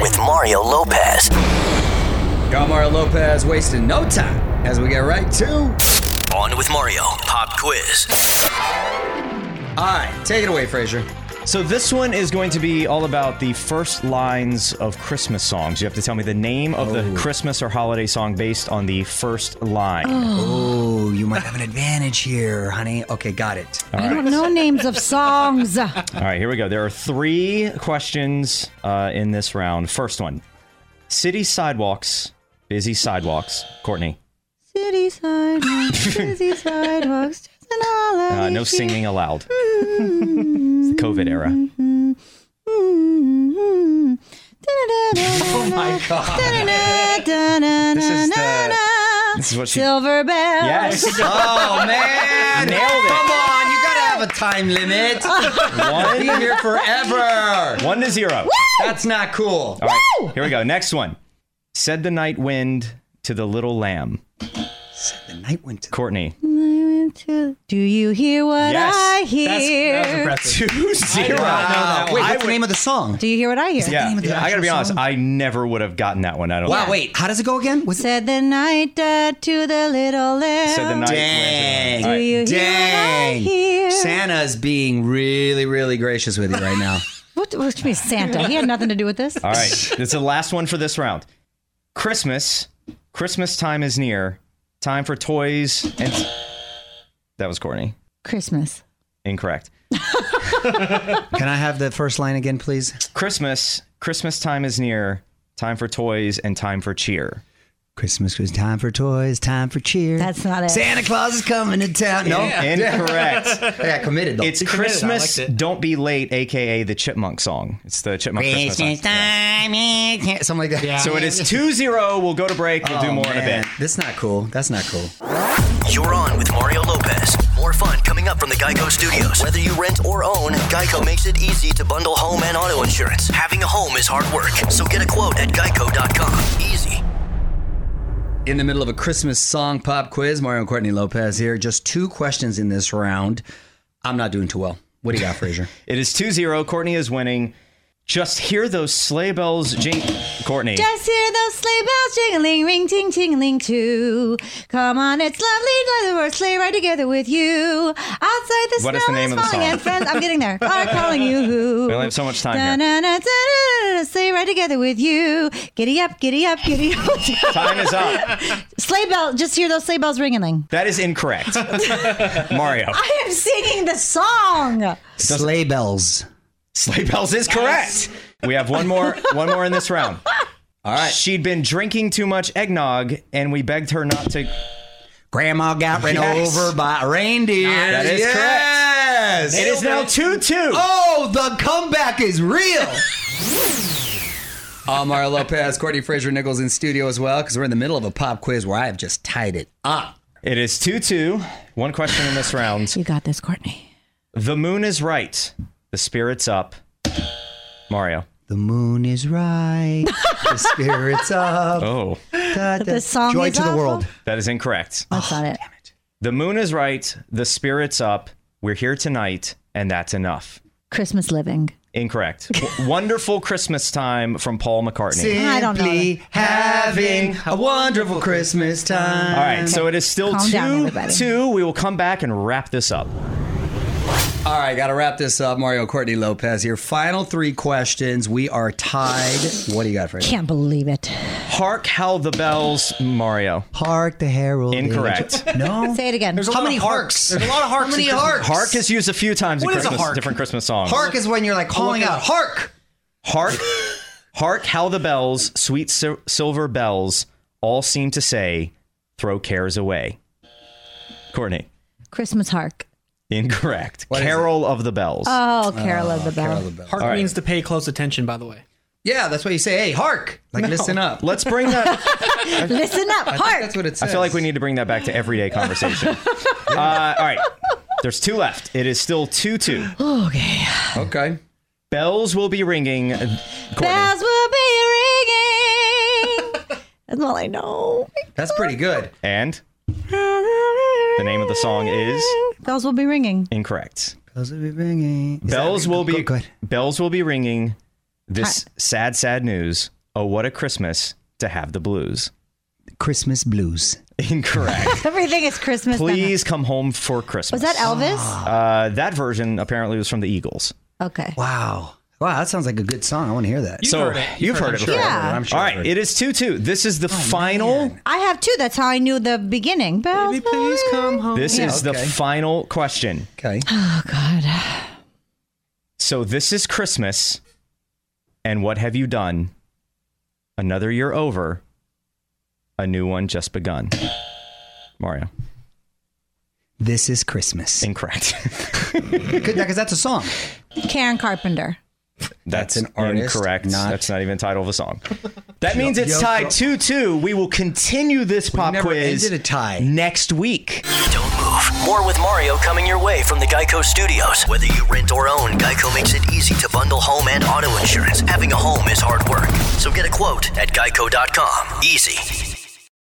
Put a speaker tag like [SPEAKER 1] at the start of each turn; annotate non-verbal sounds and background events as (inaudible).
[SPEAKER 1] with Mario Lopez.
[SPEAKER 2] Y'all, Mario Lopez wasting no time as we get right to.
[SPEAKER 1] On with Mario Pop Quiz.
[SPEAKER 2] All right, take it away, Frazier.
[SPEAKER 3] So this one is going to be all about the first lines of Christmas songs. You have to tell me the name of the Christmas or holiday song based on the first line.
[SPEAKER 2] Oh, you might have an advantage here, honey. Okay, got it.
[SPEAKER 4] I don't know names of songs.
[SPEAKER 3] All right, here we go. There are three questions uh, in this round. First one: city sidewalks, busy sidewalks. Courtney,
[SPEAKER 4] City sidewalks, (laughs) busy sidewalks, just an all
[SPEAKER 3] uh,
[SPEAKER 4] out
[SPEAKER 3] no
[SPEAKER 4] issue.
[SPEAKER 3] singing allowed. it's the COVID era. (laughs) Oh
[SPEAKER 4] Mm-hmm. Oh
[SPEAKER 2] (laughs) my God.
[SPEAKER 4] This
[SPEAKER 3] is the- this is what she-
[SPEAKER 4] Silver bells.
[SPEAKER 3] Yes,
[SPEAKER 2] (laughs) Oh, man.
[SPEAKER 3] (laughs) Nailed it.
[SPEAKER 2] Come on, you gotta have a time limit. Be
[SPEAKER 3] one,
[SPEAKER 2] here forever.
[SPEAKER 3] one to zero.
[SPEAKER 2] That's not cool.
[SPEAKER 3] All right, here we go. Next one. Said the night wind to the little lamb.
[SPEAKER 2] The night went to
[SPEAKER 3] Courtney.
[SPEAKER 4] I went to- Do you hear what
[SPEAKER 3] Yes.
[SPEAKER 4] I
[SPEAKER 3] That's-
[SPEAKER 4] hear?
[SPEAKER 3] Two zero.
[SPEAKER 2] Wow. Wait,
[SPEAKER 3] I
[SPEAKER 2] what's the
[SPEAKER 3] would-
[SPEAKER 2] name of the song?
[SPEAKER 4] Do you hear what I hear?
[SPEAKER 3] Yeah,
[SPEAKER 2] name of the
[SPEAKER 3] I gotta
[SPEAKER 2] actual
[SPEAKER 3] be honest.
[SPEAKER 2] song?
[SPEAKER 3] I never would have gotten that one. I don't
[SPEAKER 2] Wow,
[SPEAKER 3] know.
[SPEAKER 2] wait, how does it go again? Was it
[SPEAKER 4] Said the night died to the little lamb.
[SPEAKER 3] Said the night
[SPEAKER 2] Dang.
[SPEAKER 3] wind. All
[SPEAKER 4] Do
[SPEAKER 3] right.
[SPEAKER 4] you hear what I hear?
[SPEAKER 2] Dang. Santa's being really, really gracious with you right now.
[SPEAKER 4] What, what do you mean Santa? He had nothing to do with this.
[SPEAKER 2] (laughs)
[SPEAKER 3] All right. This is the last one for this round. Christmas. Christmas time is near. Time for toys and. That was Courtney.
[SPEAKER 4] Christmas.
[SPEAKER 3] Incorrect.
[SPEAKER 2] Can I have the first line again, please?
[SPEAKER 3] Christmas. Christmas time is near. Time for toys and time for cheer.
[SPEAKER 2] Christmas was time for toys, time for cheer.
[SPEAKER 4] That's not it.
[SPEAKER 2] Santa Claus is coming to town. No, (laughs)
[SPEAKER 3] Incorrect.
[SPEAKER 2] I got committed though.
[SPEAKER 3] It's Christmas. Don't be late, aka the Chipmunk song. It's the Chipmunk Christmas. song.
[SPEAKER 2] time, I can't- something like that.
[SPEAKER 3] So it is 2 0. We'll go to break. We'll do more in a
[SPEAKER 2] Oh, Man,
[SPEAKER 3] bit.
[SPEAKER 2] That's not cool. That's not cool.
[SPEAKER 1] You're on with Mario Lopez. More fun coming up from the Geico Studios. Whether you rent or own, Geico makes it easy to bundle home and auto insurance. Having a home is hard work, so get a quote at geico.com. Easy.
[SPEAKER 2] In the middle of a Christmas song pop quiz, Mario and Courtney Lopez here. Just two questions in this round. I'm not doing too well. What do you got, Frazier?
[SPEAKER 3] (laughs) It is 2 0. Courtney is winning. Just hear those sleigh bells jing. Courtney.
[SPEAKER 4] Just hear those sleigh bells jingling, ring ting tingling too. Come on, it's lovely weather. We're sleigh ride together with you. Outside the
[SPEAKER 3] What
[SPEAKER 4] snow
[SPEAKER 3] is the name of the
[SPEAKER 4] falling
[SPEAKER 3] song?
[SPEAKER 4] and friends. I'm getting there. Are calling you.
[SPEAKER 3] (laughs) We only have so much time here.
[SPEAKER 4] Sleigh ride together with you. Giddy up, giddy up, giddy up. (laughs)
[SPEAKER 3] Time is up.
[SPEAKER 4] sleigh bell. Just hear those sleigh bells ringing.
[SPEAKER 3] That is incorrect. Mario.
[SPEAKER 4] I am singing the song.
[SPEAKER 2] Sleigh bells.
[SPEAKER 3] Sleigh bells is correct. We have one more one more in this round. All right. She'd been drinking too much eggnog and we begged her not to
[SPEAKER 2] Grandma got run
[SPEAKER 3] Yes.
[SPEAKER 2] over by a reindeer.
[SPEAKER 3] That is correct.
[SPEAKER 2] yes.
[SPEAKER 3] It is now 2 2.
[SPEAKER 2] Oh, the comeback is real. Amar Lopez, Courtney Fraser Nichols in studio as well, because we're in the middle of a pop quiz where I have just tied it up.
[SPEAKER 3] It is 2 2. One question in this round.
[SPEAKER 4] You got this, Courtney.
[SPEAKER 3] The moon is right. The spirit's up. Mario.
[SPEAKER 2] The moon is right. (laughs) The spirit's up.
[SPEAKER 3] Oh.
[SPEAKER 2] Da, da.
[SPEAKER 4] The song
[SPEAKER 2] Joy
[SPEAKER 4] is
[SPEAKER 2] to the
[SPEAKER 4] awful.
[SPEAKER 2] world.
[SPEAKER 3] That is incorrect.
[SPEAKER 4] That's not it.
[SPEAKER 3] The moon is right. The spirit's up. We're here tonight, and that's enough.
[SPEAKER 4] Christmas living.
[SPEAKER 2] (laughs)
[SPEAKER 3] Incorrect. W- Wonderful Christmas time from Paul McCartney.
[SPEAKER 4] I don't know.
[SPEAKER 2] Simply having a wonderful Christmas time.
[SPEAKER 3] All right, so it is still
[SPEAKER 4] Calm down,
[SPEAKER 3] two
[SPEAKER 4] everybody.
[SPEAKER 3] two. We will come back and wrap this up.
[SPEAKER 2] All right, got to wrap this up. Mario Courtney Lopez here. Final three questions. We are tied. What do you got for us?
[SPEAKER 4] Can't believe it.
[SPEAKER 3] Hark how the bells, Mario.
[SPEAKER 2] Hark the herald.
[SPEAKER 3] Incorrect.
[SPEAKER 2] angels- No.
[SPEAKER 4] Say it again.
[SPEAKER 2] How many harks? There's a lot of harks. How many harks?
[SPEAKER 3] Hark is used a few times in
[SPEAKER 2] What is a
[SPEAKER 3] Christmas,
[SPEAKER 2] hark?
[SPEAKER 3] different Christmas songs.
[SPEAKER 2] Hark is when you're like calling out. Hark.
[SPEAKER 3] hark, hark how the bells, sweet sil- silver bells, all seem to say, "Throw cares away." Courtney,
[SPEAKER 4] Christmas hark.
[SPEAKER 3] incorrect.
[SPEAKER 2] What is it?
[SPEAKER 3] Carol of the bells.
[SPEAKER 4] Oh, Carol of the Bell.
[SPEAKER 5] Hark means to pay close attention, by the way.
[SPEAKER 2] Yeah, that's why you say, "Hey, hark!" Like, listen up.
[SPEAKER 3] Let's bring that.
[SPEAKER 4] Listen up, hark.
[SPEAKER 2] That's what it says.
[SPEAKER 3] I feel like we need to bring that back to everyday conversation. uh, all right. There's two left. It is still 2 2.
[SPEAKER 2] Okay.
[SPEAKER 3] Bells will be ringing. uh, Courtney.
[SPEAKER 4] Bells will be (laughs) ringing. That's all I know.
[SPEAKER 2] That's pretty good.
[SPEAKER 3] And the name of the song is
[SPEAKER 4] Bells will be ringing.
[SPEAKER 3] incorrect.
[SPEAKER 2] Bells will be ringing. Is
[SPEAKER 3] Bells
[SPEAKER 2] that-
[SPEAKER 3] will
[SPEAKER 2] go-
[SPEAKER 3] be
[SPEAKER 2] Go ahead.
[SPEAKER 3] bells will be ringing. This sad sad news. Oh, what a Christmas to have the blues.
[SPEAKER 2] Christmas blues.
[SPEAKER 4] (laughs)
[SPEAKER 3] Incorrect.
[SPEAKER 4] Everything is Christmas. now.
[SPEAKER 3] Please come home for Christmas.
[SPEAKER 4] Was that Elvis?
[SPEAKER 3] Uh, that version apparently was from the Eagles.
[SPEAKER 4] Okay.
[SPEAKER 2] Wow. Wow, that sounds like a good song. I want to hear that.
[SPEAKER 5] You've
[SPEAKER 3] so
[SPEAKER 5] heard it. You've
[SPEAKER 3] you've
[SPEAKER 5] heard
[SPEAKER 3] heard
[SPEAKER 5] it
[SPEAKER 3] it.
[SPEAKER 2] Sure,
[SPEAKER 3] before.
[SPEAKER 4] Yeah. Oh,
[SPEAKER 2] I'm sure.
[SPEAKER 3] All right, it is 2 2. This is the final.
[SPEAKER 4] I have two. That's how I knew the beginning. Bells.
[SPEAKER 5] Baby, please come home.
[SPEAKER 3] This
[SPEAKER 2] Yeah,
[SPEAKER 3] is
[SPEAKER 2] okay.
[SPEAKER 3] the final question.
[SPEAKER 2] Okay. (gasps)
[SPEAKER 4] Oh God.
[SPEAKER 3] So this is Christmas, and what have you done? Another year over, a new one just begun. Mario,
[SPEAKER 2] This is Christmas.
[SPEAKER 3] incorrect.
[SPEAKER 2] Because that's a song.
[SPEAKER 4] Karen Carpenter.
[SPEAKER 2] (laughs) That's an artist,
[SPEAKER 3] Incorrect.
[SPEAKER 2] not-
[SPEAKER 3] That's not even the title of a song. That means it's
[SPEAKER 2] yo, yo.
[SPEAKER 3] tied two two. We will continue this pop
[SPEAKER 2] never
[SPEAKER 3] quiz
[SPEAKER 2] ended a tie.
[SPEAKER 3] next week.
[SPEAKER 1] Don't move. More with Mario coming your way from the Geico Studios. Whether you rent or own, Geico makes it easy to bundle home and auto insurance. Having a home is hard work. So get a quote at geico.com. Easy.